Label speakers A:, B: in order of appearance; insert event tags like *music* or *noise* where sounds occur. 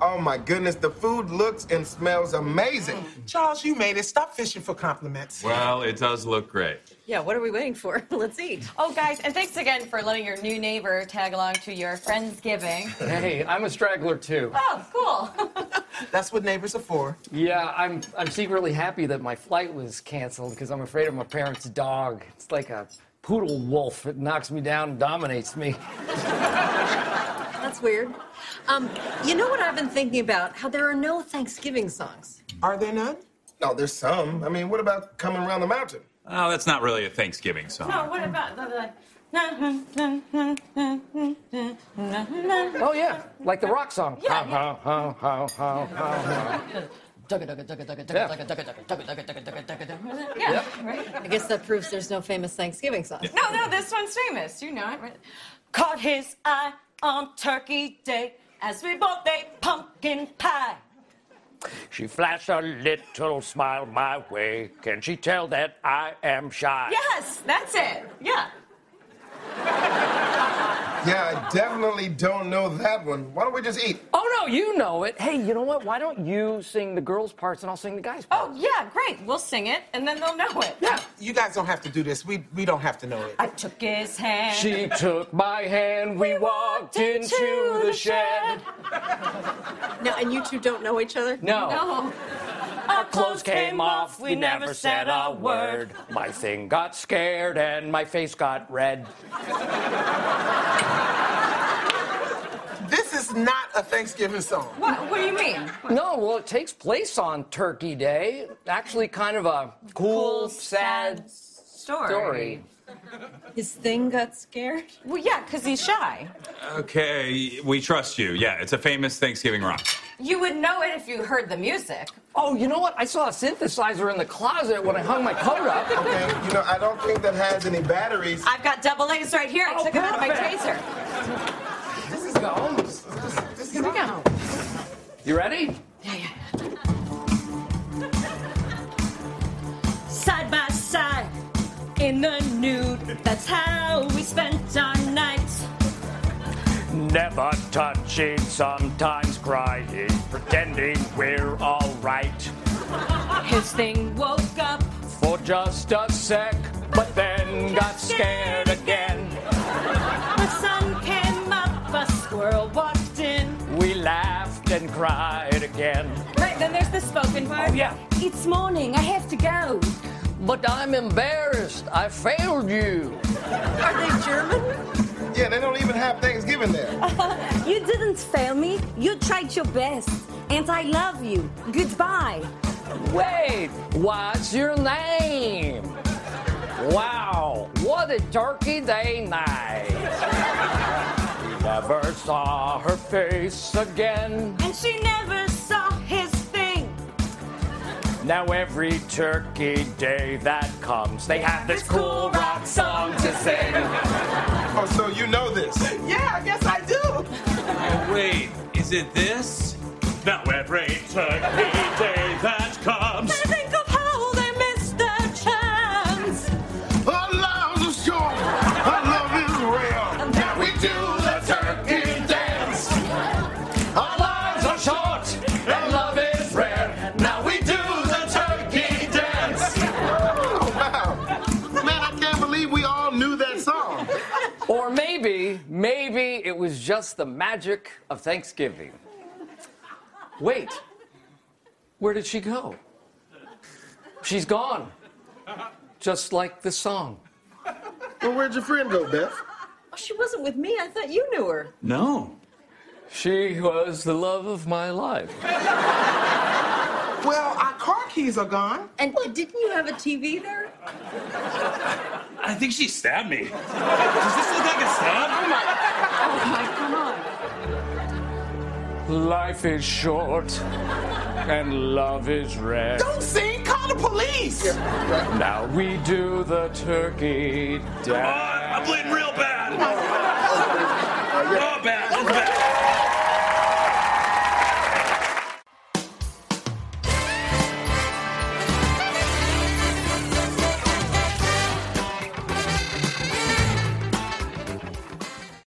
A: Oh my goodness, the food looks and smells amazing.
B: Charles, you made it. Stop fishing for compliments.
C: Well, it does look great.
D: Yeah, what are we waiting for? *laughs* Let's eat.
E: Oh, guys, and thanks again for letting your new neighbor tag along to your Friendsgiving.
F: Hey, I'm a straggler too.
E: Oh, cool. *laughs*
B: That's what neighbors are for.
F: Yeah, I'm I'm secretly happy that my flight was canceled because I'm afraid of my parents' dog. It's like a poodle wolf. It knocks me down and dominates me.
D: That's weird. Um, you know what I've been thinking about? How there are no Thanksgiving songs.
B: Are there none?
A: No, there's some. I mean, what about coming around the mountain?
C: Oh, that's not really a Thanksgiving song.
E: Oh, what about the, the
F: Oh yeah, like the rock song. How how how how how how.
E: yeah, right?
D: I guess that proves there's no famous Thanksgiving song.
E: No, no, this one's famous. You know it. Right? Caught his eye on Turkey Day as we both ate pumpkin pie.
G: She flashed a little smile my way. Can she tell that I am shy?
E: Yes, that's it. Yeah.
A: Yeah, I definitely don't know that one. Why don't we just eat?
F: Oh no, you know it. Hey, you know what? Why don't you sing the girls' parts and I'll sing the guys'
E: Oh,
F: parts?
E: yeah, great. We'll sing it, and then they'll know it.
F: yeah.
B: You guys don't have to do this. We we don't have to know it.
E: I took his hand.
F: She took my hand. We walked into the shed.
D: No, and you two don't know each other?
F: No.
E: Oh.
G: Our clothes came off, we never said a word. My thing got scared and my face got red.
B: This is not a Thanksgiving song.
E: What, what do you mean?
F: No, well, it takes place on Turkey Day. Actually, kind of a cool, sad
E: story.
F: story.
D: His thing got scared?
E: Well, yeah, because he's shy.
C: Okay, we trust you. Yeah, it's a famous Thanksgiving rock.
E: You would know it if you heard the music.
F: Oh, you know what? I saw a synthesizer in the closet when I hung my coat up.
G: *laughs*
A: Okay, you know, I don't think that has any batteries.
E: I've got double A's right here. I
F: Oh,
E: took them out of my
F: perfect.
E: taser.
B: This is go. This, this is go.
D: Oh,
F: You ready?
E: Side by side in the nude. That's how we spent our nights.
G: Never touching, sometimes crying, pretending we're alright.
E: His thing woke up.
G: For just a sec, but then got scared again.
E: The sun came up. A squirrel walked in.
G: We laughed and cried again.
E: Right, then there's the spoken word.
G: Oh, yeah.
E: It's morning. I have to go.
F: But I'm embarrassed. I failed you.
D: Are they German?
A: Yeah, they don't even have Thanksgiving there.
H: You didn't fail me. You tried your best. And I love you. Goodbye.
F: Wait, what's your name? Wow, what a Turkey Day night.
G: Never saw her face again.
E: And she never saw his thing.
G: Now every turkey day that comes, they have this cool rock song to sing.
A: Oh, so you know this.
B: Yeah, I guess I do.
C: Oh, wait, is it this?
G: Now every turkey day that comes,
E: Think of how they missed their chance.
A: Her love is short, her love is real. Now we do the turkey dance. Our lives are short, and love is rare. Now we do the turkey dance. Oh, wow. Man, I can't believe we all knew that song.
F: Or maybe, maybe it was just the magic of Thanksgiving. Wait, where did she go? She's gone, just like the song.
A: Well, where'd your friend go, Beth?
D: Oh, she wasn't with me. I thought you knew her.
C: No.
F: She was the love of my life.
B: Well, our car keys are gone.
D: And didn't you have a TV there?
C: I think she stabbed me. Does this look like a stab?
G: life is short and love is rare.
B: Don't sing. Call the police.
G: Now we do the turkey
C: Oh,
G: dance.
C: I'm Oh, bleeding real bad. Oh,